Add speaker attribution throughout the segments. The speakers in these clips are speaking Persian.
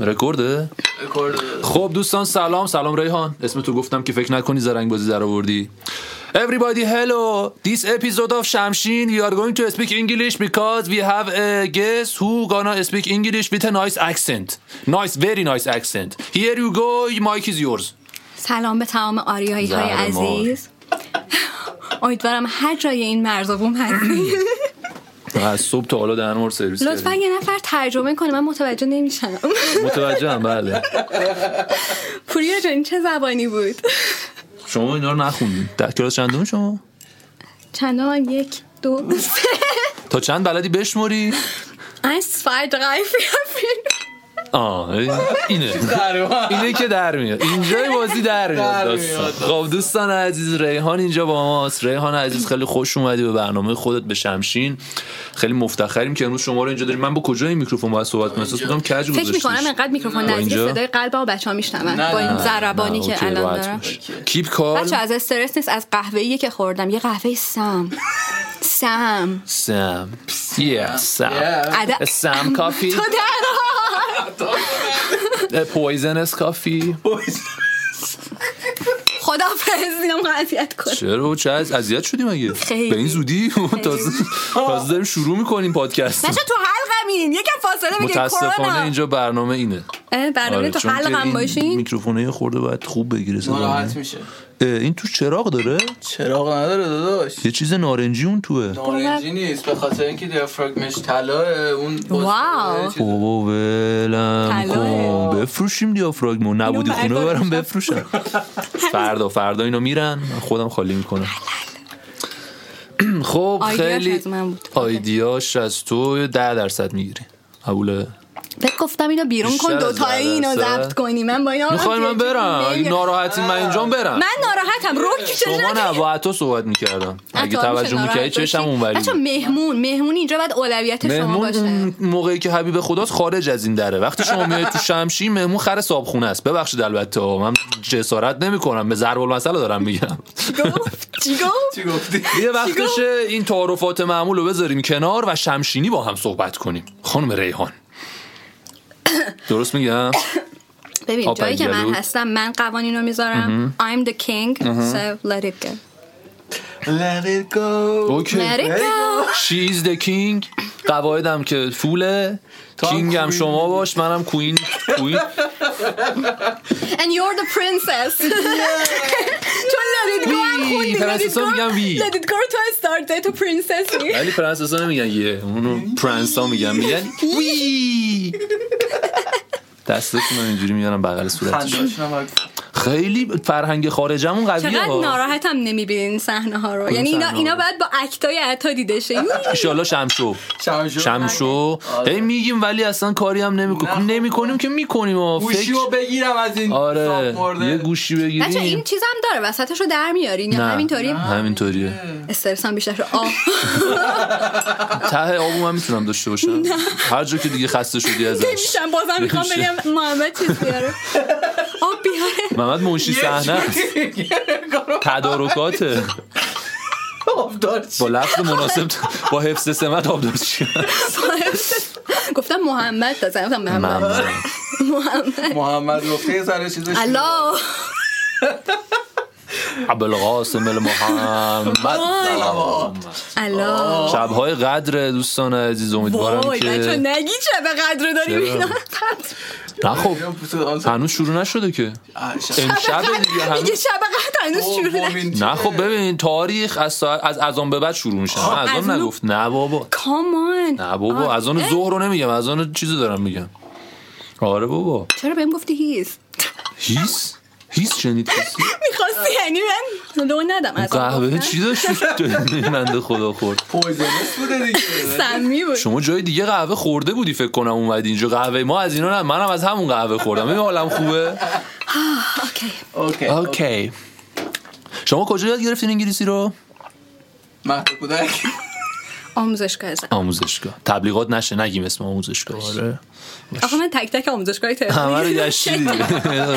Speaker 1: رکورده
Speaker 2: رکورد
Speaker 1: خب دوستان سلام سلام ریحان اسم تو گفتم که فکر نکنی زرنگ بازی در آوردی Everybody hello this episode of Shamshin we are going to speak English because we have a guest who gonna speak English with a nice accent nice very nice accent here you go mic is yours
Speaker 3: سلام به تمام آریایی های
Speaker 1: زهر مار.
Speaker 3: عزیز امیدوارم هر جای این مرز و بوم هستی
Speaker 1: از صبح تا حالا دهن ما رو سرویس
Speaker 3: لطفا
Speaker 1: کردی.
Speaker 3: یه نفر ترجمه کنه من متوجه نمیشم
Speaker 1: متوجهم بله
Speaker 3: پوریا جان این چه زبانی بود
Speaker 1: شما اینا رو نخوندین در کلاس چندم شما
Speaker 3: چندان یک دو سه
Speaker 1: تا چند بلدی بشموری
Speaker 3: eins zwei drei vier fünf
Speaker 1: آه اینه اینه که در میاد اینجای بازی در میاد
Speaker 2: در
Speaker 1: داستان.
Speaker 2: میاد.
Speaker 1: خب دوستان عزیز ریحان اینجا با ماست ریحان عزیز خیلی خوش اومدی به برنامه خودت به شمشین خیلی مفتخریم که امروز شما رو اینجا داریم من با کجا این میکروفون باید صحبت کنم احساس میکنم کج
Speaker 3: فکر
Speaker 1: گذاشتیش
Speaker 3: میکنم انقدر میکروفون
Speaker 1: با
Speaker 3: نزدیک
Speaker 1: اینجا؟
Speaker 3: صدای قلبم و بچه ها میشنون
Speaker 2: نه،
Speaker 3: با این
Speaker 2: نه،
Speaker 3: زربانی
Speaker 1: نه،
Speaker 3: که
Speaker 1: اوکی،
Speaker 3: الان
Speaker 1: راحت
Speaker 3: دارم
Speaker 1: باش. کیپ کال
Speaker 3: بچه از استرس نیست از قهوه که خوردم یه قهوه سم سم
Speaker 1: سم Yeah, سم
Speaker 2: Yeah.
Speaker 3: عدد-
Speaker 1: سم کافی
Speaker 3: تو در
Speaker 1: پویزنس کافی
Speaker 3: خدا فرزینم قضیت کن
Speaker 1: چرا و چه از- اذیت شدی مگه
Speaker 3: خیلی.
Speaker 1: به این زودی تازه تازه داریم شروع میکنیم پادکست
Speaker 3: نشه تو حلقمین یکم فاصله بگیر
Speaker 1: متاسفانه
Speaker 3: کرونا
Speaker 1: اینجا برنامه اینه
Speaker 3: اه، برنامه آره، تو
Speaker 1: آره، چون که
Speaker 3: حلقم
Speaker 1: این
Speaker 3: باشین
Speaker 1: میکروفونه یه خورده باید خوب بگیره صدا.
Speaker 2: راحت میشه
Speaker 1: اه، این تو چراغ داره
Speaker 2: چراغ نداره داداش
Speaker 1: یه چیز نارنجی اون توه
Speaker 2: نارنجی نیست به خاطر اینکه دیافراگمش طلاه اون
Speaker 3: واو.
Speaker 1: بابا خب، ولم
Speaker 3: طلاه.
Speaker 1: کن بفروشیم دیافراگمو نبودی
Speaker 3: اینو
Speaker 1: خونه ببرم
Speaker 3: بردارم.
Speaker 1: بفروشم فردا فردا اینو میرن من خودم خالی میکنم خب
Speaker 3: آیدیاش
Speaker 1: خیلی
Speaker 3: از من بود.
Speaker 1: آیدیاش از تو ده درصد میگیری قبوله
Speaker 3: بهت گفتم اینو بیرون
Speaker 1: بیشتر
Speaker 3: کن
Speaker 1: از
Speaker 3: دوتایی اینو
Speaker 1: درصد.
Speaker 3: ضبط کنی من با اینا
Speaker 1: میخوای من برم اگه ناراحتی من اینجا برم
Speaker 3: من ناراحتم رک
Speaker 1: شما نه با عطا صحبت میکردم اگه توجه میکردی چشم اونوری
Speaker 3: بچه مهمون مهمون اینجا باید اولویت شما
Speaker 1: مهمون
Speaker 3: باشه
Speaker 1: اون موقعی که حبیب خداست خارج از این دره وقتی شما میای تو شمشی مهمون خر صابخونه است ببخشید البته ها. من جسارت نمیکنم به ضرب المثل دارم میگم
Speaker 3: چی گفت چی گفت
Speaker 2: چی گفتی
Speaker 1: یه وقتشه این تعارفات معمول رو بذاریم کنار و شمشینی با هم صحبت کنیم خانم ریحان درست میگم
Speaker 3: ببین
Speaker 1: آب
Speaker 3: جایی که من
Speaker 1: گلو.
Speaker 3: هستم من قوانین رو میذارم I'm the king so let it go
Speaker 2: Let it go
Speaker 1: اوکی
Speaker 3: let it go
Speaker 1: شیز د کینگ قواعدم که فوله
Speaker 2: هم
Speaker 1: کینگ هم
Speaker 2: کوین.
Speaker 1: شما باش منم کوین کوین
Speaker 3: and you're the princess چون let it go هم
Speaker 1: وی،
Speaker 3: خوندی let it
Speaker 1: پرنسسا میگن وی.
Speaker 3: go let it go رو تو استارته تو پرنسس می
Speaker 1: ولی پرنسس ها نمیگن یه اونو پرنس ها میگن میگن وی دستتون رو اینجوری میارم بغل صورتش
Speaker 2: خنداشونم باید-
Speaker 1: خیلی فرهنگ خارجمون قویه
Speaker 3: چقدر
Speaker 1: ها
Speaker 3: ناراحتم نمیبینین این صحنه ها رو
Speaker 1: کدوم
Speaker 3: یعنی اینا
Speaker 1: صحنه
Speaker 3: اینا
Speaker 1: ها رو؟
Speaker 3: باید با اکتای عطا دیده شه یوی.
Speaker 1: ایشالا شمشو
Speaker 2: شمشو
Speaker 1: شمشو
Speaker 2: آره.
Speaker 1: هی میگیم ولی اصلا کاری هم
Speaker 2: نه.
Speaker 1: نمیکنیم نمیکنیم که میکنیم ها
Speaker 2: گوشیو
Speaker 1: فکر
Speaker 2: بگیرم از این
Speaker 1: آره
Speaker 2: صاف مرده.
Speaker 1: یه گوشی
Speaker 3: بچه این
Speaker 1: بگیریم
Speaker 3: چیزم داره وسطش رو در میارین یا
Speaker 1: نه
Speaker 3: همینطوری
Speaker 1: همینطوریه
Speaker 3: استرسم بیشتر شد آه
Speaker 1: ته آبو من میتونم داشته باشم هر جا که دیگه خسته شدی ازش
Speaker 3: نمیشم بازم میخوام
Speaker 1: نمیشه.
Speaker 3: بگم محمد چیز بیاره آه بیاره
Speaker 1: محمد منشی
Speaker 2: یه
Speaker 1: صحنه است.
Speaker 2: چیزی کارو
Speaker 1: تدارکاته
Speaker 2: آبدار چی؟
Speaker 1: با لفظ مناسب با حفظ سمت آبدار چی؟
Speaker 3: گفتم محمد تا گفتم محمد
Speaker 1: ممنون
Speaker 3: محمد
Speaker 2: محمد گفته یه ذره چیزش
Speaker 3: الله
Speaker 1: ابوالقاسم المحمد
Speaker 3: الله
Speaker 1: شبهای قدر دوستان عزیز امیدوارم
Speaker 3: وای بچه
Speaker 1: که
Speaker 3: نگی چه به قدر داریم
Speaker 1: چرا؟
Speaker 3: اینا
Speaker 1: نه خب هنوز شروع نشده که امشب دیگه هنوز
Speaker 3: میگه شب قدر هنوز شروع نه.
Speaker 1: نه خب ببین تاریخ از ساعت از اذان به بعد شروع میشه من
Speaker 3: خب، از
Speaker 1: اذان
Speaker 3: اون-
Speaker 1: نگفت نه بابا
Speaker 3: کامان
Speaker 1: نه بابا
Speaker 3: آه.
Speaker 1: از آن
Speaker 3: اه،
Speaker 1: ظهر رو نمیگم از آن چیزو دارم میگم آره بابا
Speaker 3: چرا بهم گفتی هیز
Speaker 1: هیس هیس شنید کسی
Speaker 3: میخواستی یعنی من لو ندم از
Speaker 1: قهوه چی داشت بنده خدا خورد
Speaker 2: پویزنس بوده دیگه
Speaker 3: سمی بود
Speaker 1: شما جای دیگه قهوه خورده بودی فکر کنم اومدی اینجا قهوه ما از اینا نه منم از همون قهوه خوردم ببین حالم خوبه
Speaker 3: اوکی
Speaker 2: اوکی
Speaker 1: اوکی شما کجا یاد گرفتین انگلیسی رو
Speaker 2: مهد کودک
Speaker 3: آموزشگاه زن
Speaker 1: آموزشگاه تبلیغات نشه نگیم اسم آموزشگاه آره
Speaker 3: آقا من تک تک آموزشگاه تهران
Speaker 1: همه رو گشتی
Speaker 3: دقیقاً.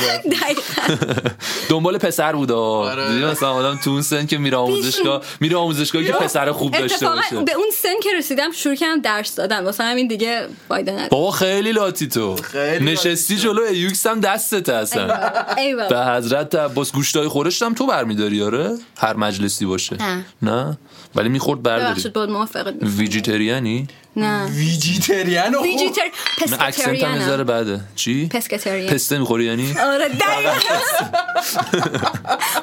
Speaker 1: دنبال پسر بود
Speaker 2: آره.
Speaker 1: دیدی مثلا آدم تو اون سن که میره آموزشگاه میره آموزشگاه که پسر خوب داشته
Speaker 3: اتفاقا
Speaker 1: باشه
Speaker 3: به اون سن که رسیدم شروع کردم درس دادن واسه همین دیگه فایده نداره
Speaker 1: بابا خیلی لاتی تو
Speaker 2: خیلی
Speaker 1: نشستی
Speaker 2: لاتی تو.
Speaker 1: جلو یوکس هم دستت اصلا
Speaker 3: ای بابا.
Speaker 1: به حضرت عباس گوشتای خورشت هم تو برمیداری آره هر مجلسی باشه
Speaker 3: نه.
Speaker 1: نه ولی میخورد برداری
Speaker 3: ببخشید بود موافقت نیستم.
Speaker 1: ویجیتریانی
Speaker 3: نه
Speaker 2: ویجیتریان و
Speaker 3: ویجیتر
Speaker 1: نه اکسنت هم میذاره
Speaker 3: پسکتریانم
Speaker 1: بعده چی
Speaker 3: پسکتریان
Speaker 1: پسته میخوری یعنی
Speaker 3: آره دقیقا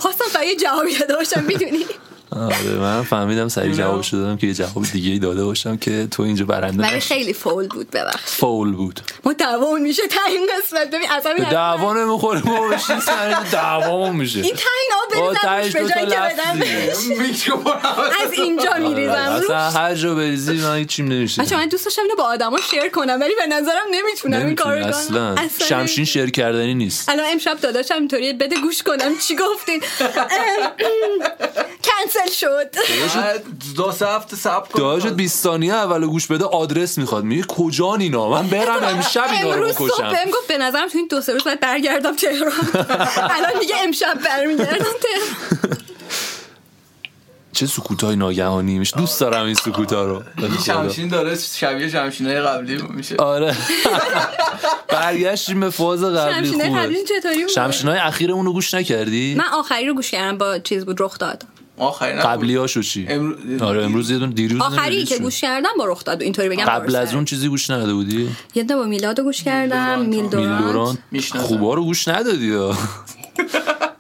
Speaker 3: خواستم فقط یه جواب داده باشم میدونی
Speaker 1: آره من فهمیدم سریع جواب دادم که یه جواب دیگه ای داده باشم که تو اینجا برنده
Speaker 3: ولی
Speaker 1: نشی.
Speaker 3: خیلی فول بود ببخش
Speaker 1: فول بود
Speaker 3: ما دعوامون میشه تا این قسمت ببین از همین
Speaker 1: به دعوا نمیخوره ما بشین سر دعوامون میشه
Speaker 3: این تنگ آب
Speaker 1: آه، تهش
Speaker 3: بریزم به
Speaker 1: دو تا
Speaker 3: جایی که
Speaker 1: لفظ
Speaker 3: بدم
Speaker 1: دیگه. آره،
Speaker 2: میکروفون
Speaker 3: از اینجا میریزم روش
Speaker 1: اصلا هر جا بریزی من هیچیم نمیشه
Speaker 3: بچه من دوست داشتم اینو با آدما شیر کنم ولی به نظرم نمیتونم این کارو
Speaker 1: نمیتونی
Speaker 3: کنم
Speaker 1: اصلا
Speaker 3: اصلا
Speaker 1: شمشین
Speaker 3: نمی‌تونم.
Speaker 1: شیر کردنی نیست
Speaker 3: الان امشب داداشم اینطوریه بده گوش کنم چی گفتین کنسل شد
Speaker 2: دو سه هفته سب کن
Speaker 1: داداشت 20 ثانیه اول گوش بده آدرس میخواد میگه کجان اینا من برم امشب اینا رو
Speaker 3: امروز صبح
Speaker 1: بکشم
Speaker 3: بهم گفت به نظرم تو این دو سه روز باید برگردم تهران الان دیگه امشب برمیگردم تهران
Speaker 1: چه سکوتای ناگهانی میشه دوست دارم این سکوتا رو به
Speaker 2: این
Speaker 1: خدا.
Speaker 2: شمشین داره شبیه شمشینای قبلی میشه
Speaker 1: آره برگشتیم به فاز قبلی
Speaker 3: شمشینای قبلی
Speaker 1: خوبه
Speaker 3: چطوری بود؟
Speaker 1: شمشینای اخیرمون رو گوش نکردی
Speaker 3: من آخری رو گوش کردم با چیز بود رخ داد
Speaker 2: آخرین
Speaker 1: قبلی هاشو چی
Speaker 2: امروز-
Speaker 1: آره امروز یه دونه دیروز
Speaker 3: آخری
Speaker 1: ریلیز
Speaker 3: که
Speaker 1: شد.
Speaker 3: گوش کردم با رخ داد اینطوری بگم
Speaker 1: قبل
Speaker 3: درسته.
Speaker 1: از اون چیزی گوش نداده بودی
Speaker 3: یه دونه با میلاد رو گوش کردم
Speaker 1: میلدوران
Speaker 3: میلدوران
Speaker 2: میشناسم.
Speaker 1: خوبا رو گوش ندادی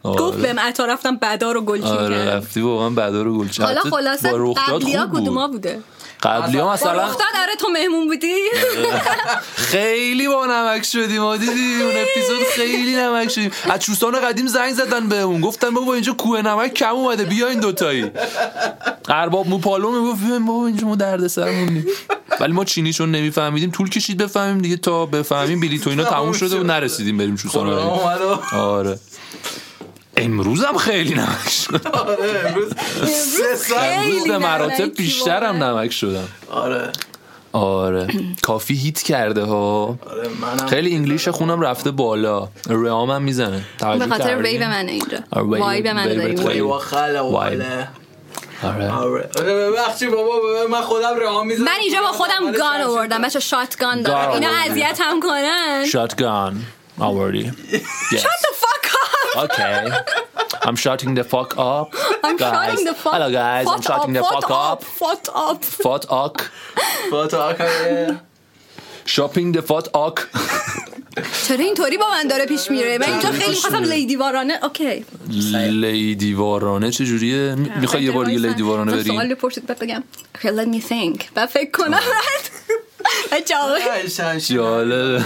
Speaker 1: آه.
Speaker 3: گفت بهم عطا رفتم بدا رو گلچین
Speaker 1: آره
Speaker 3: کردم
Speaker 1: رفتی واقعا بدا رو گل
Speaker 3: حالا خلاصه قبلی ها کدوما
Speaker 1: بود
Speaker 3: بوده
Speaker 1: قبلی ها
Speaker 3: با
Speaker 1: مثلا آره.
Speaker 3: رخداد آره تو مهمون بودی
Speaker 1: خیلی با نمک شدیم ما دیدی اون اپیزود خیلی نمک شدیم از چوسان قدیم زنگ زدن بهمون گفتن بابا اینجا کوه نمک کم اومده بیا این دوتایی ارباب مو پالو میگفت بیاین بابا اینجا ما درد سرمونیم ولی ما چینی چون نمیفهمیدیم طول کشید بفهمیم دیگه تا بفهمیم بلیط و اینا تموم شده و نرسیدیم بریم چوسان
Speaker 2: کرونا
Speaker 1: قدیم
Speaker 2: اومد و-
Speaker 1: آره امروزم خیلی نمک شد
Speaker 2: آره امروز سه ساعت
Speaker 3: خیلی
Speaker 1: امروز به
Speaker 3: نمکی
Speaker 1: مراتب
Speaker 3: واقعا.
Speaker 1: بیشترم نمک شدم
Speaker 2: آره
Speaker 1: آره کافی هیت کرده ها
Speaker 2: آره منم
Speaker 1: خیلی انگلیش خونم رفته بالا ریامم میزنه
Speaker 3: به
Speaker 1: توجه
Speaker 3: خاطر
Speaker 1: کردی؟
Speaker 3: ویو منه اینجا
Speaker 1: آره، ویو-
Speaker 3: وای به من
Speaker 1: ویو
Speaker 3: داری
Speaker 1: خیلی.
Speaker 2: وای و خلا و
Speaker 1: وای.
Speaker 2: خلا.
Speaker 1: آره
Speaker 2: آره آره، ببخشید بابا بابا، من خودم رها میزنم
Speaker 3: من اینجا با خودم
Speaker 2: آره،
Speaker 3: گان
Speaker 2: شمشین
Speaker 3: آوردم بچه شاتگان دارم
Speaker 1: گان
Speaker 3: اینا
Speaker 1: آوردی.
Speaker 3: اذیت هم کنن
Speaker 1: شاتگان آوردی Yes.
Speaker 3: What the fuck up
Speaker 1: Okay. I'm shutting the fuck up.
Speaker 3: I'm
Speaker 1: Guys.
Speaker 3: shutting the fuck
Speaker 1: Hello guys, I'm
Speaker 3: Fuck
Speaker 1: shutting the
Speaker 3: up,
Speaker 1: fuck up.
Speaker 3: Fuck up
Speaker 1: Fat up.
Speaker 2: با تو آخه.
Speaker 1: Shopping the fat up.
Speaker 3: چرا اینطوری با من داره پیش میره من اینجا خیلی
Speaker 1: می‌کشه.
Speaker 3: خواستم لیدی وارانه اوکی
Speaker 1: لیدی وارانه چجوریه؟ میخوای یه بار یه لیدی وارانه
Speaker 3: مثلا
Speaker 1: بریم؟
Speaker 3: سوال بپرسید بعد بگم okay, let me think بعد فکر کنم بعد جواب
Speaker 2: آره، شمشین.
Speaker 1: جالبه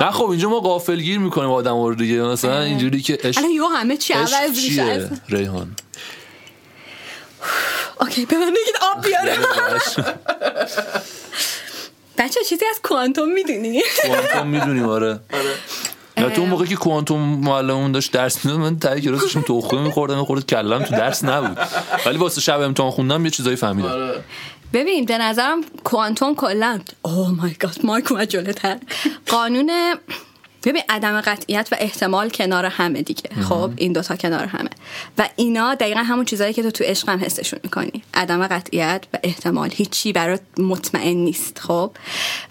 Speaker 1: نه خب اینجا ما غافلگیر میکنیم آدم رو دیگه مثلا اینجوری که عشق
Speaker 3: آره. الان یو همه چی
Speaker 1: عشق
Speaker 3: عوض میشه
Speaker 1: چیه
Speaker 3: اصلا.
Speaker 1: ریحان
Speaker 3: اوکی به من بگید آب بیاره بچه چیزی از کوانتوم میدونی
Speaker 1: کوانتوم میدونیم آره نه تو اون موقع که کوانتوم معلممون داشت درس میداد من تایی کلاس داشتم تخمه میخوردم میخورد کلم تو درس نبود ولی واسه شب امتحان خوندم یه چیزایی فهمیدم
Speaker 2: آره.
Speaker 3: ببین به نظرم کوانتوم کلا اوه مای گاد مایک اومد جلوتر قانون ببین عدم قطعیت و احتمال کنار همه دیگه خب این دوتا کنار همه و اینا دقیقا همون چیزهایی که تو تو عشق هم حسشون میکنی عدم قطعیت و احتمال هیچی برات مطمئن نیست خب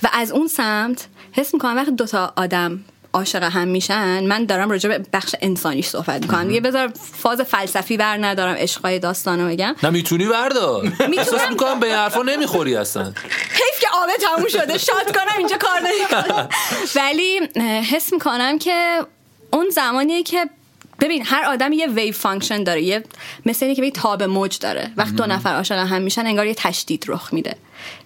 Speaker 3: و از اون سمت حس میکنم وقتی دوتا آدم عاشق هم میشن من دارم راجع به بخش انسانیش صحبت میکنم دیگه بذار فاز فلسفی بر ندارم عشقای داستانو بگم
Speaker 1: نه میتونی بردار احساس میکنم به این حرفا نمیخوری اصلا
Speaker 3: حیف که آبه تموم شده شاد کنم اینجا کار نمیکنم ولی اه، حس میکنم که اون زمانیه که ببین هر آدم یه ویو فانکشن داره یه مثل اینه که یه تاب موج داره وقت دو نفر عاشق هم میشن انگار یه تشدید رخ میده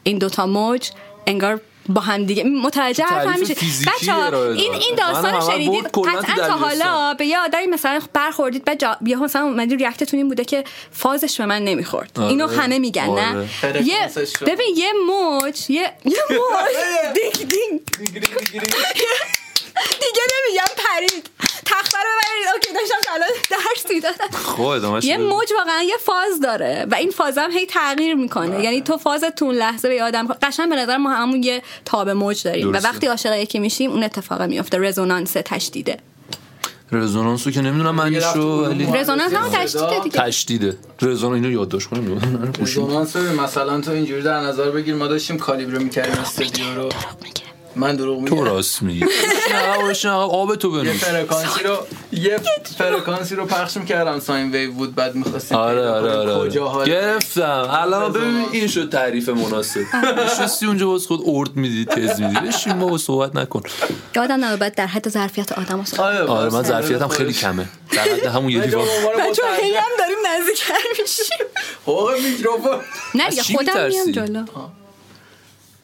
Speaker 3: این دوتا موج انگار با هم دیگه متوجه حرف
Speaker 1: تعریف
Speaker 3: هم میشه
Speaker 1: فیزیکی
Speaker 3: بچه
Speaker 1: ارائه
Speaker 3: این
Speaker 1: داد.
Speaker 3: این
Speaker 1: من
Speaker 3: داستان
Speaker 1: همه
Speaker 3: شنیدید
Speaker 1: برد کلاً تو
Speaker 3: قطعا تا
Speaker 1: دبیرستان.
Speaker 3: حالا به یه آدمی مثلا برخوردید بعد جا- یهو مثلا اومدی ریاکتتون این بوده که فازش به من نمیخورد
Speaker 1: آره.
Speaker 3: اینو همه میگن
Speaker 1: آره.
Speaker 3: نه یه
Speaker 2: فرکانسش رو.
Speaker 3: ببین یه موج یه یه موج دینگ دینگ
Speaker 2: دیگری، دیگری.
Speaker 3: دیگه نمیگم پرید تموم نخبه رو ببرید اوکی داشتم الان درس میدادم
Speaker 1: خب ادامهش
Speaker 3: یه
Speaker 1: بگو.
Speaker 3: موج واقعا یه فاز داره و این فازم هی تغییر
Speaker 1: بله.
Speaker 3: میکنه یعنی تو فاز تو اون لحظه به یادم قشنگ به نظر ما همون یه تاب موج داریم و
Speaker 1: درسته.
Speaker 3: وقتی عاشق یکی میشیم اون اتفاق میفته رزونانس تشدیده
Speaker 1: رزونانسو که نمیدونم
Speaker 2: یه
Speaker 1: معنیش
Speaker 2: رفته
Speaker 1: رو
Speaker 2: بود
Speaker 1: ولی
Speaker 2: اون
Speaker 3: رزونانس همون
Speaker 2: صدا.
Speaker 3: تشدیده دیگه
Speaker 1: تشدیده رزونانس اینو یادداشت کنیم
Speaker 2: رزونانس ببین، مثلا تو اینجوری در نظر بگیر ما داشتیم کالیبر میکردیم استودیو رو من دروغ
Speaker 1: تو
Speaker 2: میگم
Speaker 1: راست میگی نه، آقا، بشین، آقا، آب تو
Speaker 2: یه
Speaker 1: بنوش
Speaker 2: فرکانسی رو یه فرکانسی رو پخش میکردم ساین ویو بود بعد میخواستیم
Speaker 1: آره آره آره,
Speaker 2: کجا
Speaker 1: آره.
Speaker 2: حال
Speaker 1: گرفتم الان ببین
Speaker 2: رزونانس.
Speaker 1: این شد تعریف مناسب نشستی اونجا باز خود ارد میدی تز میدی بشین ما با صحبت نکن
Speaker 3: یادم نبود باید در حد ظرفیت آدم و صحبت
Speaker 1: آره من ظرفیتم خیلی کمه در حد همون یه
Speaker 2: بچه‌ها،
Speaker 1: دیوار
Speaker 2: به عنوان
Speaker 3: بچه هی
Speaker 2: مترجم.
Speaker 3: هم داریم نزدیکتر میشیم
Speaker 2: آقا، میکروفون
Speaker 3: نه
Speaker 1: از
Speaker 3: دیگه
Speaker 1: چی
Speaker 3: خودم میام
Speaker 1: می‌ترسی؟
Speaker 3: جلو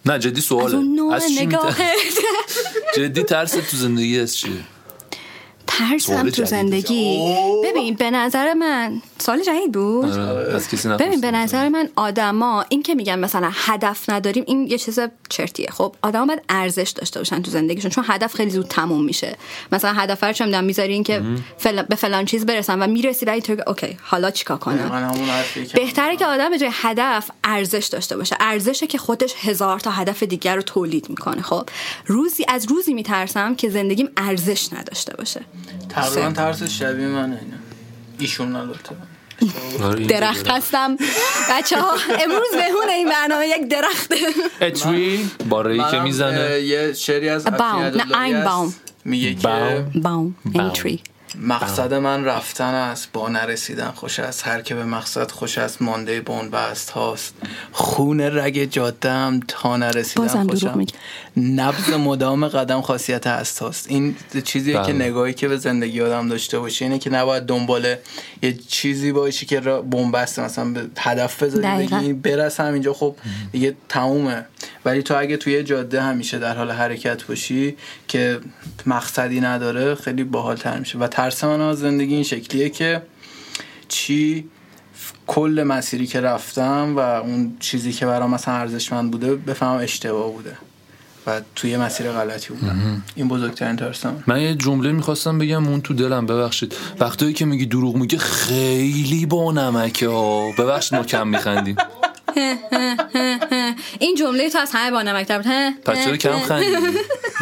Speaker 1: نه جدی
Speaker 3: از اون
Speaker 1: سواله
Speaker 3: نوع
Speaker 1: از چی می‌تر-
Speaker 3: نگاهه
Speaker 1: جدی ترس تو زندگی از چیه
Speaker 3: ترسم
Speaker 1: سوال
Speaker 3: تو
Speaker 1: جدید.
Speaker 3: زندگی ببین به نظر من سال جدید بود
Speaker 1: آره، از کسی نپرس.
Speaker 3: ببین به نظر من آدما این که میگن مثلا هدف نداریم این یه چیز چرتیه خب آدما باید ارزش داشته باشن تو زندگیشون چون هدف خیلی زود تموم میشه مثلا هدف رو چه میدونم میذارین که فلان- به فلان چیز برسم و میرسی بعد اینطوری که اوکی حالا چیکار کنم
Speaker 2: من همون حرفی که
Speaker 3: بهتره که آدم به جای هدف ارزش داشته باشه ارزشه که خودش هزار تا هدف دیگر رو تولید میکنه خب روزی از روزی میترسم که زندگیم ارزش نداشته باشه
Speaker 2: تقریبا ترس شبیه منه اینا ایشون البته
Speaker 1: آره، این
Speaker 3: درخت هستم بچه ها امروز بهونه این برنامه یک درخته
Speaker 1: اتوی باره ای که
Speaker 2: منم،
Speaker 1: میزنه
Speaker 2: اه، یه شعری از
Speaker 3: A bomb.
Speaker 2: عطیه
Speaker 3: نه،
Speaker 2: عبداللهی
Speaker 3: I'm bomb.
Speaker 2: هست. میگه که
Speaker 1: Bomb.
Speaker 3: باوم
Speaker 1: Baum.
Speaker 3: این تری
Speaker 2: مقصد من رفتن است با نرسیدن خوش است هر که به مقصد خوش است مانده بنبست هاست خون رگ جاده ام تا
Speaker 3: بازم
Speaker 2: نرسیدن
Speaker 3: دروغ
Speaker 2: خوشم
Speaker 3: میگه.
Speaker 2: نبض مدام قدم خاصیت است هاست این چیزیه که
Speaker 1: بله.
Speaker 2: نگاهی که به زندگی آدم داشته باشه اینه که نباید دنبال یه چیزی باشی که را بنبست مثلا به هدف بذاری
Speaker 3: دقیقاً.
Speaker 2: بگی برسم اینجا خب دیگه تمومه ولی تو اگه توی یه جاده همیشه در حال حرکت باشی که مقصدی نداره خیلی باحال تر میشه و ترس من از زندگی این شکلیه که چی ف- کل مسیری که رفتم و اون چیزی که برام مثلا ارزشمند بوده بفهمم اشتباه بوده و توی مسیر غلطی بودم این بزرگترین ترسم
Speaker 1: من یه جمله میخواستم بگم اون تو دلم ببخشید وقتایی که میگی دروغ میگه خیلی با نمکه ها ببخشید ما کم میخندیم
Speaker 3: این جمله تو از همه با نمکتر بود هه،
Speaker 1: پس چرا
Speaker 3: هه،
Speaker 1: کم
Speaker 3: هه.
Speaker 1: خندیدی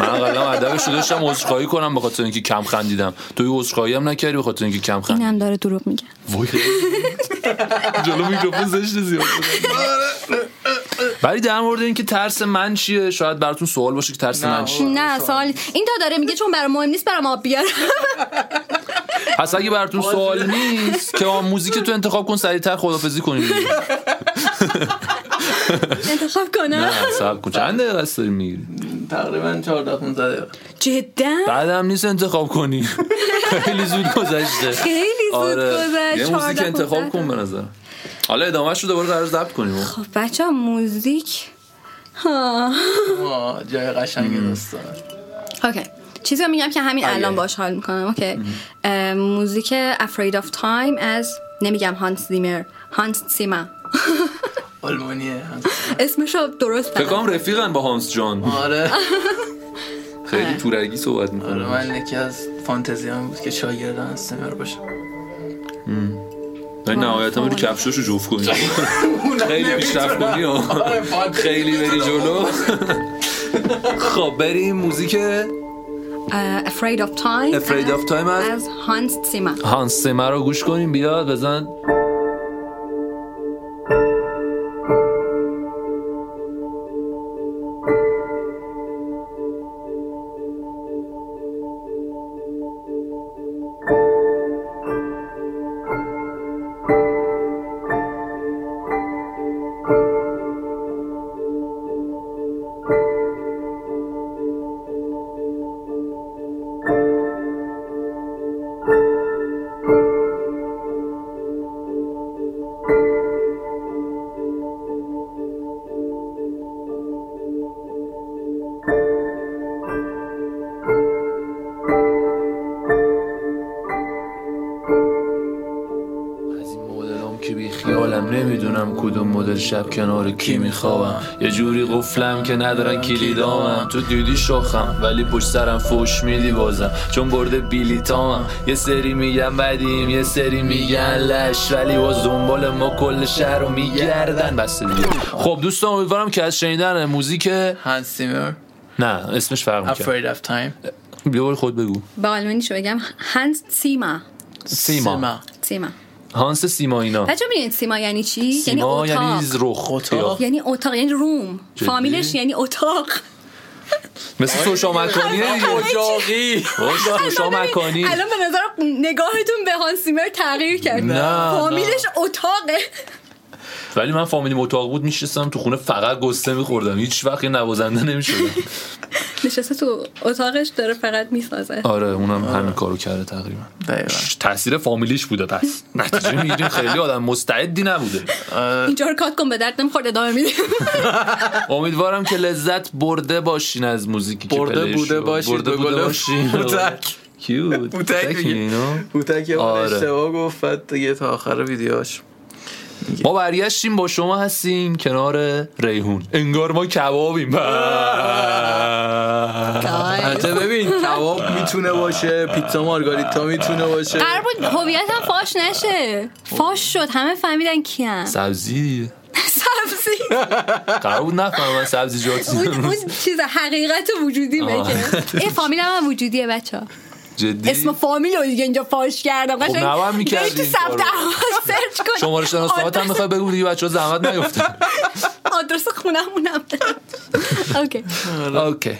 Speaker 1: من اقلا ادبش رو داشتم عذرخواهی کنم به خاطر اینکه کم خندیدم تو عذرخواهی هم نکردی به خاطر اینکه کم خندیدم
Speaker 3: اینم داره دروغ میگه
Speaker 1: وای جلو میکروفون زشت زیاد بود. ولی در مورد اینکه ترس من چیه شاید براتون سوال باشه که ترس
Speaker 2: نه.
Speaker 1: من چیه
Speaker 3: نه سوال این تا داره میگه چون برام مهم نیست برام آب بیار
Speaker 1: پس اگه براتون سوال نیست که آن موزیک تو انتخاب کن سریعتر خدافزی کنیم
Speaker 3: انتخاب کنم
Speaker 1: نه صبر کن چند دقیقه است داری میگیری
Speaker 2: تقریبا 14 15 دقیقه
Speaker 3: جدا
Speaker 1: بعدم نیست انتخاب کنی خیلی زود گذشته
Speaker 3: خیلی زود
Speaker 1: آره. یه
Speaker 3: گذشت
Speaker 1: موزیک
Speaker 3: 14
Speaker 1: انتخاب
Speaker 3: 15.
Speaker 1: کن به نظر حالا ادامهش رو دوباره قرار ضبط کنیم
Speaker 3: خب بچه ها، موزیک ها.
Speaker 2: آه، جای قشنگ دوستان
Speaker 3: اوکی چیزی رو میگم که همین
Speaker 1: آره.
Speaker 3: الان باش حال میکنم اوکی اه، موزیک Afraid of Time از نمیگم هانس زیمر هانس سیما
Speaker 2: آلمانیه
Speaker 3: اسمش رو درست
Speaker 1: فکر
Speaker 3: بگم.
Speaker 1: کنم رفیقن با هانس جان
Speaker 2: آره
Speaker 1: خیلی تورگی صحبت
Speaker 2: آره
Speaker 1: میکنه
Speaker 2: من یکی از فانتزی هم بود که شاگرد انستمر باشم
Speaker 1: ولی نهایتا بری کفشاشو جفت کنی خیلی پیشرفت کنی ها.
Speaker 2: آره، فانتزی
Speaker 1: خیلی بری جلو خب بریم موزیک
Speaker 3: اه، Afraid of Time
Speaker 1: Afraid of Time از-
Speaker 3: از هانس سیما
Speaker 1: هانس سمر رو گوش کنیم بیاد بزن میخوابم نمیدونم کدوم مدل شب کنار کی میخوابم یه جوری قفلم که ندارن کلیدامم تو دیدی شاخم ولی پشت سرم فوش میدی بازم چون برده بیلیتامم یه سری میگن بدیم یه سری میگن لش ولی باز دنبال ما کل شهر رو میگردن بس دیگه خب دوستان امیدوارم که از شنیدن موزیک
Speaker 2: هانس سیمر
Speaker 1: نه اسمش فرق میکنه
Speaker 2: Afraid of Time
Speaker 1: بیا برو خود بگو
Speaker 3: به آلمانیشو بگم هنس سیما
Speaker 1: سیما
Speaker 2: سیما.
Speaker 3: سیما
Speaker 1: هانس سیما اینا
Speaker 3: بچه میدونید سیما یعنی چی؟
Speaker 1: سیما
Speaker 3: یعنی
Speaker 1: یعنی
Speaker 3: اتاق
Speaker 1: رخ
Speaker 2: اتاق.
Speaker 3: یعنی اتاق یعنی روم
Speaker 1: جدی؟
Speaker 3: فامیلش یعنی اتاق
Speaker 1: مثل سوشا مکانیه دیگه.
Speaker 3: آره.
Speaker 2: اجاقی
Speaker 1: باشه، سوشا مکانی
Speaker 3: الان به نظر نگاهتون به هانس سیمر تغییر کرد
Speaker 1: نه، نه.
Speaker 3: فامیلش اتاقه
Speaker 1: ولی من فامیلیم اتاق بود میشستم تو خونه فقط گسته میخوردم هیچ وقت یه نوازنده نمیشدم
Speaker 3: نشسته تو اتاقش داره فقط میسازه
Speaker 1: آره اونم همین کارو کرده تقریبا
Speaker 2: دقیقاً.
Speaker 1: تاثیر فامیلیش بوده پس نتیجه میگیریم خیلی آدم مستعدی نبوده
Speaker 3: اینجا رو کات کن به درد نمیخورد ادامه میدیم
Speaker 1: امیدوارم که لذت برده باشین از موزیکی که
Speaker 2: برده
Speaker 1: پلی
Speaker 2: بوده
Speaker 1: شد.
Speaker 2: باشید
Speaker 1: برده
Speaker 2: به
Speaker 1: بوده
Speaker 2: گل
Speaker 1: باشین
Speaker 2: هوتک.
Speaker 1: کیوت
Speaker 2: هوتک
Speaker 1: هوتک
Speaker 2: میگه.
Speaker 1: اینو.
Speaker 2: بوتک یه بار
Speaker 1: آره.
Speaker 2: اشتباه گفت بعد دیگه تا آخر ویدیوش
Speaker 1: ما برگشتیم با شما هستیم کنار ریحون انگار ما کبابیم
Speaker 2: حتی ببین کباب میتونه باشه پیتزا مارگاریتا میتونه باشه
Speaker 3: قرار بود هویتم فاش نشه فاش شد همه فهمیدن کیم
Speaker 1: سبزی دیگه.
Speaker 3: سبزی
Speaker 1: قرار بود نفهمم سبزیجات
Speaker 3: اون اون چیز حقیقت وجودی بگه این فامیل هم وجودیه بچه
Speaker 1: جدی
Speaker 3: اسم فامیل رو دیگه اینجا فاش کردم قشنگ
Speaker 1: خب، نباید می‌کردی
Speaker 3: بری تو
Speaker 1: این کارو.
Speaker 3: ثبت احوال سرچ کن
Speaker 1: شماره شناسات هم
Speaker 3: آدرس-
Speaker 1: میخوای بگو دیگه بچه‌ها زحمت نیفتن
Speaker 3: آدرس خونمونم اوکی
Speaker 1: اوکی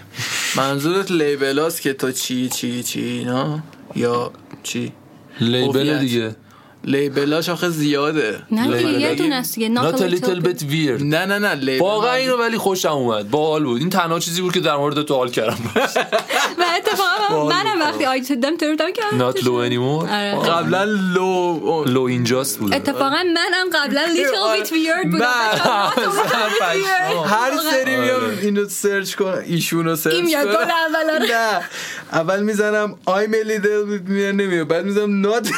Speaker 2: منظورت لیبل هاست که تا چی چی چی اینا یا چی
Speaker 1: لیبل
Speaker 2: هویت.
Speaker 1: دیگه
Speaker 2: لیبلاش آخه زیاده
Speaker 3: نه دیگه
Speaker 1: لیبل.
Speaker 3: یه دونه است دیگه
Speaker 1: not a
Speaker 3: ناتو
Speaker 1: little bit weird
Speaker 2: نه نه نه لیبل
Speaker 1: واقعا
Speaker 2: منظور-
Speaker 1: اینو ولی خوشم اومد باحال بود این تنها چیزی بود که در مورد تو حال کردم
Speaker 3: و اتفاقا من- منم وقتی آی دیدم تردم که آه،
Speaker 1: not low anymore
Speaker 3: آره.
Speaker 2: قبلا لو
Speaker 1: لو اینجاست بود
Speaker 3: اتفاقا منم قبلا little bit weird بودم
Speaker 2: نه.
Speaker 3: بچه‌ها، not a little bit weird.
Speaker 2: هر
Speaker 3: واقعاً. آره.
Speaker 2: سری میام
Speaker 1: آره.
Speaker 2: اینو سرچ کن ایشونو سرچ
Speaker 3: این میاد
Speaker 2: کن.
Speaker 3: گل اولا رو.
Speaker 2: نه اول میزنم آی ملی دل میاد نمیاد بعد میزنم نات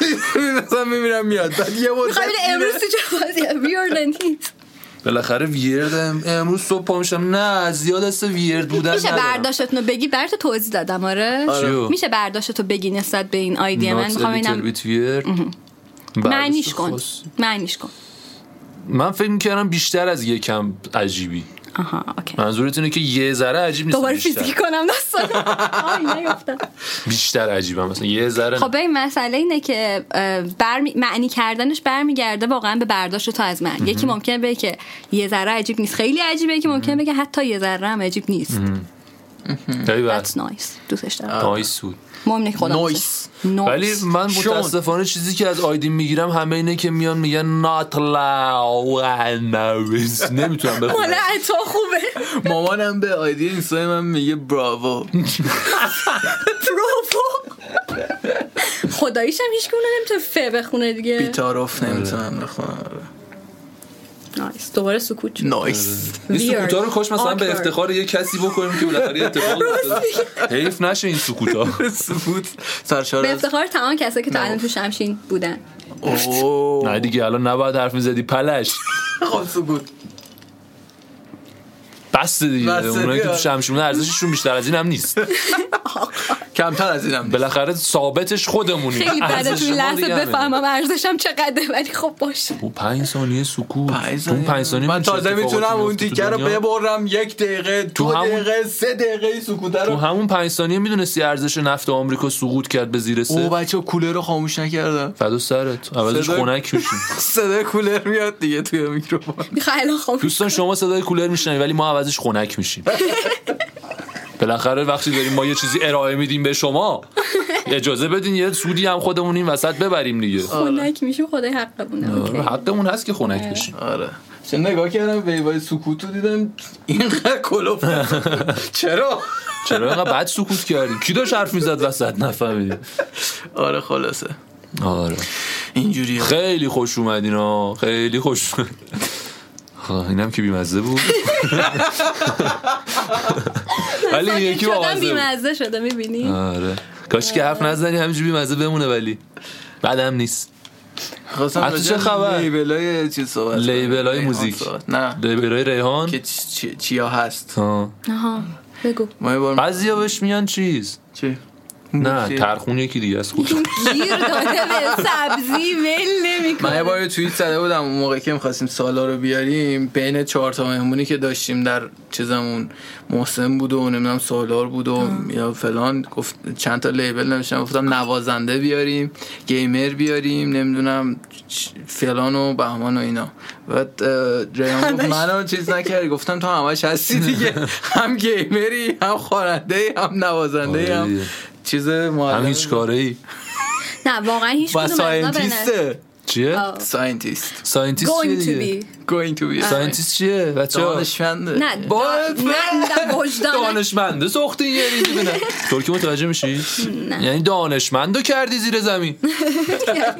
Speaker 2: مثلا میمیرم میاد بعد یه مدت
Speaker 3: می‌خوام ببینم امروز تو چه وضعیه weird and heat.
Speaker 1: بالاخره ویردم امروز صبح پا میشم نه زیاد است ویرد بودن
Speaker 3: میشه
Speaker 1: ندارم.
Speaker 3: برداشتتون رو بگی برات توضیح دادم آره
Speaker 1: چیو؟
Speaker 3: میشه برداشتتو بگی نسبت به این آیدی من
Speaker 1: not
Speaker 3: میخوام
Speaker 1: a
Speaker 3: ببینم
Speaker 1: little bit weird
Speaker 3: معنیش
Speaker 1: برداشت
Speaker 3: کن
Speaker 1: خاص.
Speaker 3: معنیش کن
Speaker 1: من فکر میکردم بیشتر از یکم عجیبی
Speaker 3: آها اوکی
Speaker 1: منظورت اینه که یه ذره عجیب نیست
Speaker 3: دوباره
Speaker 1: بیشتر.
Speaker 3: فیزیک کنم داستان آی، نیفتم.
Speaker 1: بیشتر عجیبم مثلا یه ذره
Speaker 3: خب این مسئله اینه که اه، برمی... معنی کردنش برمیگرده واقعا به برداشت تو از من یکی ممکنه بگه که یه ذره عجیب نیست خیلی عجیبه یکی ممکنه بگه حتی یه ذره هم عجیب نیست
Speaker 1: خیلی بد.
Speaker 3: That's nice دوستش دارم
Speaker 1: نایس بود
Speaker 3: مهم که خودم
Speaker 2: Nice.
Speaker 1: ولی من
Speaker 2: شون.
Speaker 1: متاسفانه چیزی که از آیدین میگیرم همه اینه که میان میگن نات نمیتونم
Speaker 3: حالا
Speaker 1: بخونم
Speaker 3: تو خوبه
Speaker 2: مامانم به آیدی اینستای من میگه براوو
Speaker 3: پروفو خداییش هم هیچ گونه نمیتونه ف بخونه دیگه
Speaker 2: بیتاروف نمیتونم بخونم
Speaker 3: نایس دوباره سکوت شد.
Speaker 2: نایس
Speaker 1: این سکوتا رو
Speaker 3: Weird.
Speaker 1: کاش مثلا به
Speaker 3: Awkward.
Speaker 1: افتخار یه کسی بکنیم که بالاخره یه اتفاق افتاده. حیف نشه این سکوتا
Speaker 3: آره.
Speaker 2: سکوت سرشار
Speaker 3: به
Speaker 2: از
Speaker 3: افتخار تمام کسایی که تا الان تو شمشین بودن
Speaker 2: اوه.
Speaker 1: نه دیگه الان نباید حرف میزدی پلش
Speaker 2: خب سکوت
Speaker 1: بس دیگه
Speaker 2: بس دیگه.
Speaker 1: اونایی که تو شمشونه ارزششون بیشتر از این هم نیست
Speaker 2: کمتر از اینم
Speaker 1: بالاخره ثابتش خودمونیم
Speaker 3: خیلی بعد
Speaker 1: ارزش
Speaker 3: تو
Speaker 1: ما
Speaker 3: لحظه
Speaker 1: دیگه همینه.
Speaker 3: بفهمم ارزشم چقدره ولی خب باشه
Speaker 1: او پنج ثانیه سکوت
Speaker 2: پنج
Speaker 1: تو اون
Speaker 2: ثانیه.
Speaker 1: پنج ثانیه
Speaker 2: من
Speaker 1: میشه
Speaker 2: تازه
Speaker 1: اتفاقاتی
Speaker 2: میتونم اون
Speaker 1: میفته تو
Speaker 2: تیکه رو
Speaker 1: دنیا.
Speaker 2: ببرم یک دقیقه دو
Speaker 1: همون-
Speaker 2: دقیقه سه دقیقه سکوت
Speaker 1: تو
Speaker 2: رو
Speaker 1: همون پنج ثانیه میدونستی ارزش نفت آمریکا سقوط کرد به زیر
Speaker 2: او
Speaker 1: سه
Speaker 2: بچه کولر رو خاموش نکردم
Speaker 1: فدا سرت عوضش
Speaker 2: صدای-
Speaker 1: خنک میشیم
Speaker 2: صدای کولر میاد دیگه توی میکروفون
Speaker 3: میخوای الان خب
Speaker 1: دوستان شما صدای کولر میشنوید ولی ما عوضش خنک میشیم بالاخره وقتی داریم ما یه چیزی ارائه میدیم به شما اجازه بدین یه سودی هم خودمون این وسط ببریم دیگه
Speaker 3: خنک میشیم خدای حقمونه اوکی.
Speaker 1: حقمون هست که خنک بشیم
Speaker 2: آره چه نگاه کردم ویوای سکوت رو دیدم اینقدر کلوف چرا
Speaker 1: چرا اینقدر بد سکوت کردیم کی داشت حرف میزد وسط نفهمیدیم
Speaker 2: آره خلاصه
Speaker 1: آره
Speaker 2: اینجوریه
Speaker 1: خیلی خوش اومدین ها خیلی خوش اومد. آه، اینم که بیمزه بود ولی این یکی
Speaker 3: شدم
Speaker 1: بامزه بود
Speaker 3: بیمزه شده میبینی
Speaker 1: آره کاش که حرف نزنی همینجوری بیمزه بمونه ولی بعدم نیست
Speaker 2: خواستم
Speaker 1: از تو
Speaker 2: راجع
Speaker 1: چه خبر؟
Speaker 2: لیبلای چی صحبت کنم.
Speaker 1: لیبل های
Speaker 2: ریحان
Speaker 1: موزیک
Speaker 2: صحبت. نه
Speaker 1: لیبل های ریحان
Speaker 2: که چ- چ- چیا هست
Speaker 1: آه.
Speaker 3: آها بگو
Speaker 2: ما یه بار
Speaker 1: بعضیا بهش میان چیز
Speaker 2: چی
Speaker 1: نه
Speaker 2: چی؟
Speaker 1: ترخون یکی دیگه خب. از خود
Speaker 3: گیر داده به سبزی ول
Speaker 2: من یه
Speaker 3: نمیکنه
Speaker 2: بار یه توییت زده بودم اون موقع که میخواستیم سالا رو بیاریم بین چهار تا مهمونی که داشتیم در چیزمون محسن بود و نمیدونم سالار بود و یا فلان گفت چند تا لیبل نمیشم گفتم نوازنده بیاریم گیمر بیاریم نمیدونم چ- فلان و بهمان و اینا بعد اه، ریحان گفت منو چیز نکردی گفتم تو همش هستی دیگه هم گیمری هم خواننده هم نوازنده
Speaker 1: آره
Speaker 2: هم
Speaker 1: دیگه.
Speaker 2: چیز
Speaker 1: هم
Speaker 2: معلم
Speaker 1: هیچ کاره ای
Speaker 3: نه واقعا هیچ
Speaker 2: و
Speaker 3: کدوم از اینا به نظر-
Speaker 2: ساینتیسته
Speaker 1: چیه؟
Speaker 3: آه.
Speaker 2: ساینتیست
Speaker 1: ساینتیست چیه
Speaker 3: going to
Speaker 1: دیگه؟
Speaker 3: be
Speaker 2: going to be a scientist.
Speaker 1: ساینتیست چیه؟ بچه ها
Speaker 2: دانشمنده
Speaker 3: نه
Speaker 2: با-
Speaker 3: دا- نه نه، وجدانه.
Speaker 1: دانشمنده سختی یه ریزی بدن ترکی متوجه میشی؟ یعنی دانشمندو کردی زیر زمین
Speaker 3: یعنی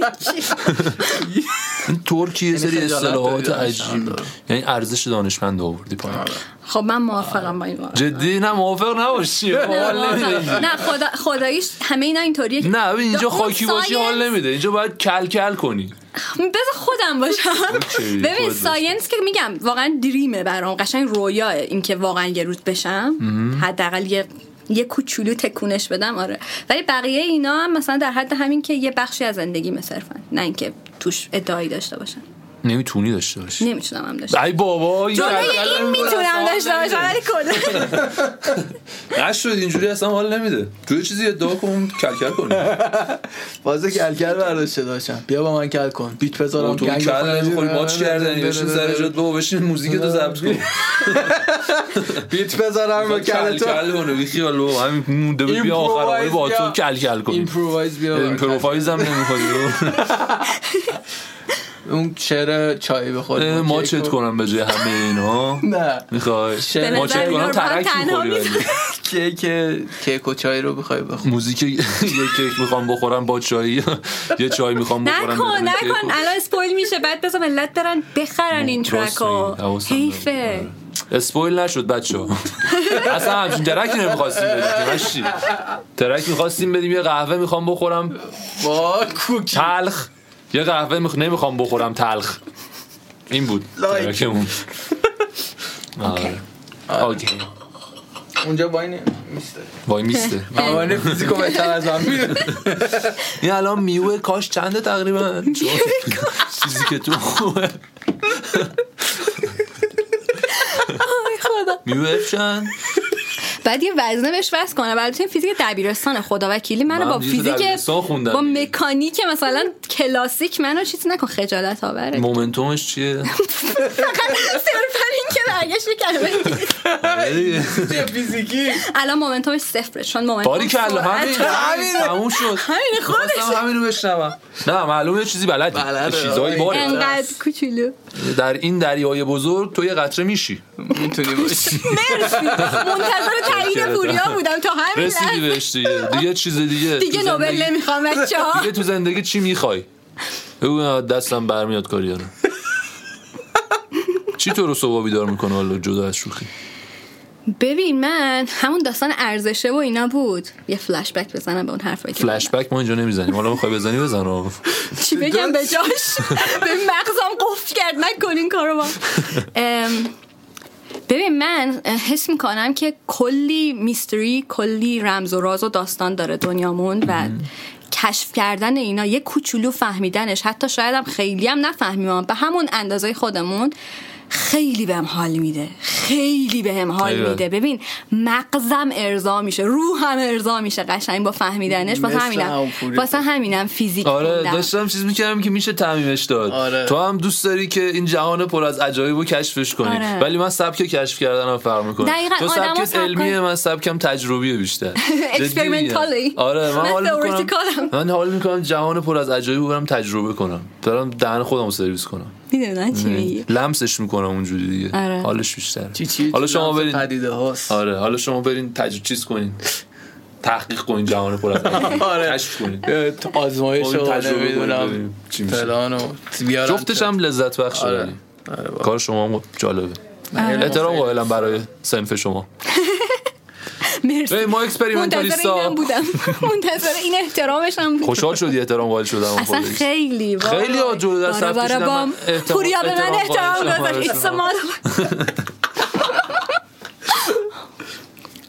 Speaker 1: این ترکی یه سری
Speaker 2: یعنی خجالت
Speaker 1: اصطلاحات
Speaker 2: داری
Speaker 1: عجیب
Speaker 2: دانشمند. آره.
Speaker 1: یعنی ارزش دانشمند آوردی پایین
Speaker 3: خب من موافقم با این واقعا.
Speaker 1: جدی نه موافق نباشی
Speaker 3: نه،
Speaker 1: حال نمیده
Speaker 3: موافقم. نه خدا خداییش همه اینا اینطوریه که-
Speaker 1: نه ببین اینجا
Speaker 3: اون
Speaker 1: خاکی باشی حال
Speaker 3: science-
Speaker 1: نمیده اینجا باید کل کل کنی
Speaker 3: خب بذار خودم باشم
Speaker 1: اوکی، خب خودت
Speaker 3: ببین
Speaker 1: باش.
Speaker 3: ساینس که میگم واقعا دریمه برام قشنگ رویاه اینکه واقعا یه روز بشم حداقل یه یه کوچولو تکونش بدم آره ولی بقیه اینا هم مثلا در حد همین که یه بخشی از زندگی صرفا نه اینکه توش ادعایی داشته باشم
Speaker 1: نمیتونی داشته باشی
Speaker 3: نمیتونم هم داشته
Speaker 1: ای بابا این
Speaker 3: جلوی
Speaker 1: کل کل
Speaker 3: این میتونم داشته
Speaker 1: حال
Speaker 3: باشم
Speaker 1: نمیده.
Speaker 3: ولی کلا
Speaker 1: نشد اینجوری اصلا حال نمیده توی چیزی ادعا کن کل کل کنی
Speaker 2: بازه کلکل برداشته داشتم بیا با من کل کن بیت بذارم
Speaker 1: تو
Speaker 2: گنگ
Speaker 1: کل
Speaker 2: خارجی
Speaker 1: نمیخوری
Speaker 2: رو-
Speaker 1: ماچ کردنی بشین سر جات بابا بشین موزیک تو ضبط کن خب،
Speaker 2: بیت بذارم با کل
Speaker 1: کل
Speaker 2: تو
Speaker 1: کل کنه بی خیال بابا همین مونده بود بیا آخر آقای با تو کل کل کنی
Speaker 2: ایمپرووایز بیا
Speaker 1: این پروفایز هم نمیخوری
Speaker 2: اون شعر چای به خود
Speaker 1: رو ماچت کنم به جای همه اینا
Speaker 2: نه
Speaker 1: میخوای
Speaker 2: شعر- به
Speaker 1: ماچت
Speaker 2: نظر
Speaker 1: کنم
Speaker 3: اینا رو با هم
Speaker 1: ترک
Speaker 3: تنها
Speaker 1: میخوری ولی.
Speaker 2: کیک کیک و چای رو بخوای بخون
Speaker 1: موزیک یه کیک میخوام بخورم با چای یه چای میخوام بخورم
Speaker 3: نکن
Speaker 1: بدون کیک
Speaker 3: نکن
Speaker 1: و-
Speaker 3: الان اسپویل میشه بعد بذار ملت برن بخرن این
Speaker 1: راست
Speaker 3: ترک رو
Speaker 1: میگی، حواسم نبود.
Speaker 3: حیفه
Speaker 1: اسپویل نشد بچه اصلا همچین ترکی نمیخواستیم بدیم که مشتی. ترک میخواستیم بدیم یه قهوه میخوام بخورم
Speaker 2: با کوکی
Speaker 1: تلخ یه قهوه میخ... نمیخوام بخورم تلخ این بود
Speaker 2: لایک.
Speaker 1: ترکمون آره. اوکی
Speaker 2: اونجا با این میسته
Speaker 1: وای میسته
Speaker 2: قوانین فیزیکو بهتر از هم میدونه
Speaker 1: این الان میوه کاش چنده تقریبا چون چیزی که تو خوبه
Speaker 3: آی خدا
Speaker 1: میوه چند
Speaker 3: بعد یه وزنه بهش وصل کنه بعد این فیزیک دبیرستان خدا وکیلی منو
Speaker 1: من
Speaker 3: با
Speaker 1: دیگه تو
Speaker 3: فیزیک
Speaker 1: دبیرستان خوندم
Speaker 3: با
Speaker 1: دیگه.
Speaker 3: مکانیک مثلا کلاسیک منو چیز نکن خجالت آوره
Speaker 1: مومنتومش چیه
Speaker 3: صرفا این که برگشت کلمه
Speaker 1: آره دیگه.
Speaker 2: فیزیکی
Speaker 3: الان مومنتومش صفره چون مومنتوم
Speaker 1: باری کلا همین
Speaker 3: سرعت-
Speaker 1: همین تموم شد
Speaker 3: همین
Speaker 1: خواستم
Speaker 3: خودش
Speaker 1: همینو بشنوم نه معلومه یه چیزی بلدی
Speaker 2: بلده.
Speaker 1: چیزایی باره
Speaker 3: انقدر کوچولو
Speaker 1: در این دریای بزرگ تو یه قطره میشی
Speaker 2: میتونی باشی
Speaker 3: مرسی منتظر تایید پوریا بودم تا همین
Speaker 1: رسیدی
Speaker 3: لحظه.
Speaker 1: بهش دیگه دیگه چیز دیگه
Speaker 3: دیگه
Speaker 1: تو زندگی-
Speaker 3: نوبل نمیخوام بچه ها
Speaker 1: دیگه تو زندگی چی میخوای بگو نه، دستم برمیاد کاریانو چی تو رو صبح بیدار میکنه حالا جدا از شوخی
Speaker 3: ببین من همون داستان ارزشه و اینا بود یه فلش بک بزنم به اون حرفایی که
Speaker 1: فلش بک ما اینجا نمیزنیم حالا میخوای بزنی بزن آه.
Speaker 3: زدم. چی بگم به جاش به مغزم قفل کرد نکن این کارو با ام، ببین من حس میکنم که کلی میستری کلی رمز و راز و داستان داره دنیامون و کشف کردن اینا یه کوچولو فهمیدنش حتی شاید هم خیلی هم نفهمیم به همون اندازه خودمون خیلی بهم حال میده خیلی بهم حال
Speaker 1: ایول.
Speaker 3: میده ببین مغزم ارضا میشه روحم ارضا میشه قشنگ با فهمیدنش واسه
Speaker 2: مثل
Speaker 3: همینم
Speaker 2: همون پوری.
Speaker 3: واسه همینم فیزیک
Speaker 1: آره
Speaker 3: خوندم.
Speaker 1: داشتم چیز میکردم که میشه تعمیمش داد
Speaker 2: آره.
Speaker 1: تو هم دوست داری که این جهان پر از عجایب رو کشفش کنی
Speaker 3: آره.
Speaker 1: ولی من سبک کشف کردنم فرق میکنه
Speaker 3: دقیقاً،
Speaker 1: تو
Speaker 3: آدما
Speaker 1: سبکت
Speaker 3: سبکای-
Speaker 1: علمیه من سبکم تجربیه بیشتر جدی میگم.
Speaker 3: Experimentally.
Speaker 1: آره من
Speaker 3: من
Speaker 1: حال میکنم
Speaker 3: theoreticalم.
Speaker 1: من حال میکنم جهان پر از عجایب رو برم تجربه کنم دارم دهن خودم رو سرویس کنم
Speaker 3: میدونم چی میگی
Speaker 1: یعنی لمسش میکنم اونجوری دیگه
Speaker 3: آره.
Speaker 1: حالش بیشتر
Speaker 2: چی چی
Speaker 1: حالا شما
Speaker 2: لمس
Speaker 1: برین
Speaker 2: پدیده هاست
Speaker 1: آره حالا شما برین تجربه چیز کنین تحقیق کنین جهان پر از عجایب.
Speaker 2: آره.
Speaker 1: کشف کنین
Speaker 2: اه، تو آزمایش
Speaker 1: خب،
Speaker 2: رو
Speaker 1: تجربه کنیم،
Speaker 2: نمیدونم
Speaker 1: ببینیم چی میشه.
Speaker 2: فلان و بیارن
Speaker 1: جفتش هم لذت بخشه
Speaker 2: آره.
Speaker 1: ولی.
Speaker 2: آره بابا.
Speaker 3: آره.
Speaker 1: کار شما هم جالبه احترام قائلم برای سنف شما
Speaker 3: مرسی
Speaker 1: ای، ما
Speaker 3: منتظر
Speaker 1: اکسپریمنتالیستا.
Speaker 3: اینم بودم منتظر این احترامش هم بودم
Speaker 1: خوشحال شدی احترام قائل شدم
Speaker 3: اصلا
Speaker 1: خودش.
Speaker 3: خیلی وای.
Speaker 1: خیلی ها جلو دست
Speaker 3: بارا
Speaker 1: حرف
Speaker 3: بارا
Speaker 1: کشیدم،
Speaker 3: بام.
Speaker 1: من احترام-
Speaker 3: پوریا به من
Speaker 1: احترام قائل
Speaker 3: احترام
Speaker 1: شدم.
Speaker 3: گذاری
Speaker 1: آره، شما.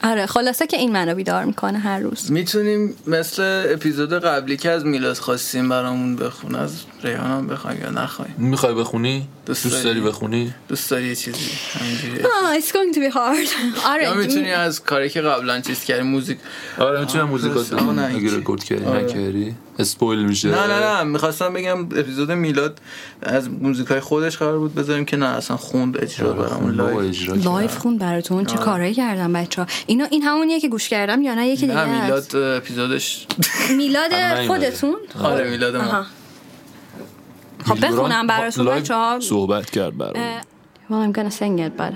Speaker 3: آره خلاصه که این منو بیدار میکنه هر روز
Speaker 2: میتونیم مثل اپیزود قبلی که از میلاد خواستیم برامون بخون از ریحان هم بخوایم یا نخوایم
Speaker 1: میخوای بخونی
Speaker 2: دوست
Speaker 1: دوست
Speaker 2: داری.
Speaker 1: داری بخونی
Speaker 2: دوست داری یه چیزی همینجوری
Speaker 1: آره،
Speaker 3: آه Ah, it's going to be hard
Speaker 2: یا میتونی
Speaker 3: آره
Speaker 2: از کاری که قبلا چیز کردی موزیک
Speaker 1: آره میتونم موزیکات
Speaker 2: درسته. آه،
Speaker 1: بخونم
Speaker 2: نه،
Speaker 1: اگه
Speaker 2: هیچی.
Speaker 1: رکورد کردی
Speaker 2: آره.
Speaker 1: نکردی اسپویل میشه آره،
Speaker 2: نه نه نه میخواستم بگم اپیزود میلاد از موزیکای خودش قرار بود بذاریم که نه اصلا خوند اجرا برامون
Speaker 1: بابا
Speaker 2: لایو
Speaker 1: آره، خب، اجرا کرد.
Speaker 3: لایف خون براتون چه کارایی کردم بچه ها اینا این همونیه که گوش کردم یا نه یکی دیگه
Speaker 2: نه
Speaker 3: است
Speaker 2: میلاد اپیزودش
Speaker 1: الان
Speaker 3: میلاد
Speaker 1: نیومده.
Speaker 3: خودتون
Speaker 2: آره میلاد ما
Speaker 3: آها. خب
Speaker 1: میلاد
Speaker 3: بخونم براتون
Speaker 1: لایو
Speaker 3: بچه ها
Speaker 1: صحبت کرد برام
Speaker 3: Uh, well, I'm gonna sing it, but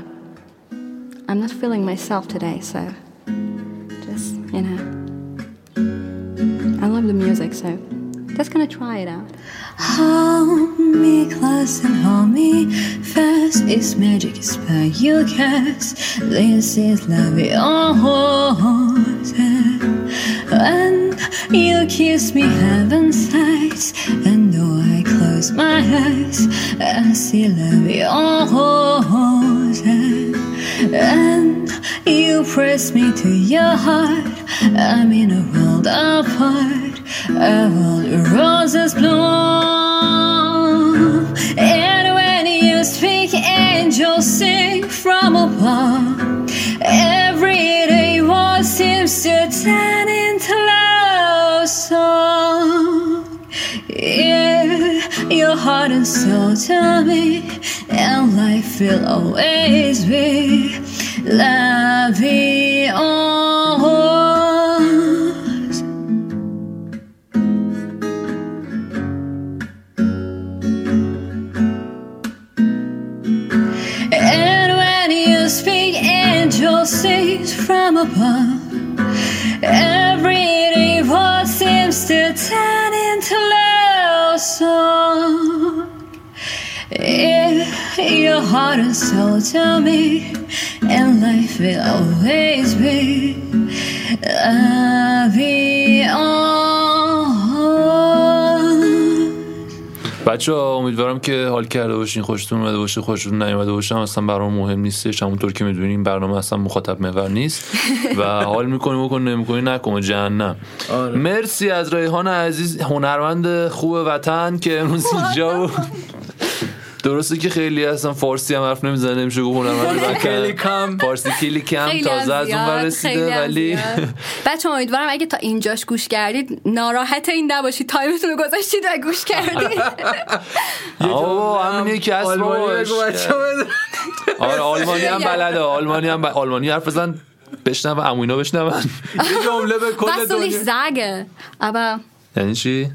Speaker 3: I'm not feeling myself today, so just, you know. I love the music, so just gonna try it out.
Speaker 4: Hold me close and hold me fast. It's magic, it's spell you cast. This is love, you When you kiss me, heaven sighs. And though I close my eyes, I see love, you And you press me to your heart. I'm in a world apart, a world where roses bloom. And when you speak, angels sing from above. Everyday voice seems to turn into love song. Yeah, your heart and soul to me, and life will always be lovey on. And when you speak, angels sing from above. Every day voice seems to turn into love song. If your heart and soul to me, and life will always be lovey on.
Speaker 1: بچه ها امیدوارم که حال کرده باشین خوشتون اومده باشه خوشتون نیومده باشه هم اصلا برام مهم نیستش همونطور که میدونین برنامه اصلا مخاطب محور نیست و حال میکنه بکن نمیکنه نکنه جهنم
Speaker 2: آره.
Speaker 1: مرسی از ریحان عزیز هنرمند خوب وطن که امروز اینجا بود درسته که خیلی اصلا فارسی هم حرف نمیزنه میشه گفت هنرمند وطن
Speaker 2: خیلی کم.
Speaker 1: فارسی خیلی کم تازه از اون ور رسیده ولی
Speaker 3: بچه امیدوارم اگه تا اینجاش گوش کردید ناراحت این نباشید تایمتون رو گذاشتید و گوش کردید
Speaker 1: آه همینه که هست
Speaker 2: آلمانی
Speaker 1: بابا.
Speaker 2: بگو بچه‌ها بده.
Speaker 1: آره آلمانی هم
Speaker 3: بگم.
Speaker 1: بلده آلمانی هم ب... آلمانی حرف بزن بشنو عموینا بشنون
Speaker 2: یه جمله به کل
Speaker 3: was soll ich
Speaker 2: دنیا
Speaker 3: sagen aber
Speaker 1: یعنی چی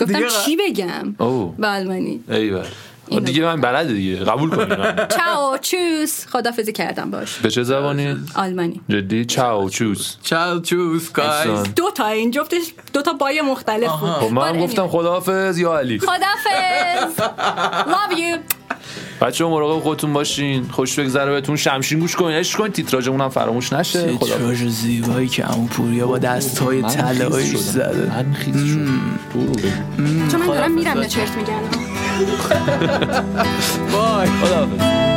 Speaker 3: گفتم
Speaker 2: دیگه ق-
Speaker 3: چی بگم
Speaker 1: او
Speaker 3: به آلمانی
Speaker 1: ایول آه، دیگه من بلده دیگه قبول کنیم
Speaker 3: چاو چوس خدافزی کردم باش
Speaker 1: به چه زبانی
Speaker 3: آلمانی
Speaker 1: جدی چاو چوز
Speaker 2: چاو چوز گایز
Speaker 1: احسان.
Speaker 3: دو تا این جفتش دو تا بای مختلف
Speaker 1: خب
Speaker 3: بود
Speaker 1: من گفتم خداحافظ یا علی
Speaker 3: خب. خدافز love you
Speaker 1: بچه مراقب خودتون باشین خوش بگذره بهتون شمشین گوش کنین عشق کنین تیتراجمون هم فراموش نشه خدا
Speaker 2: چاش زیبایی که عمو پوریا با دستهای طلاییش زده
Speaker 1: من خیس شدم برو بگو.
Speaker 3: چون من دارم میرم نه چرت میگم
Speaker 2: وای
Speaker 1: خداحافظ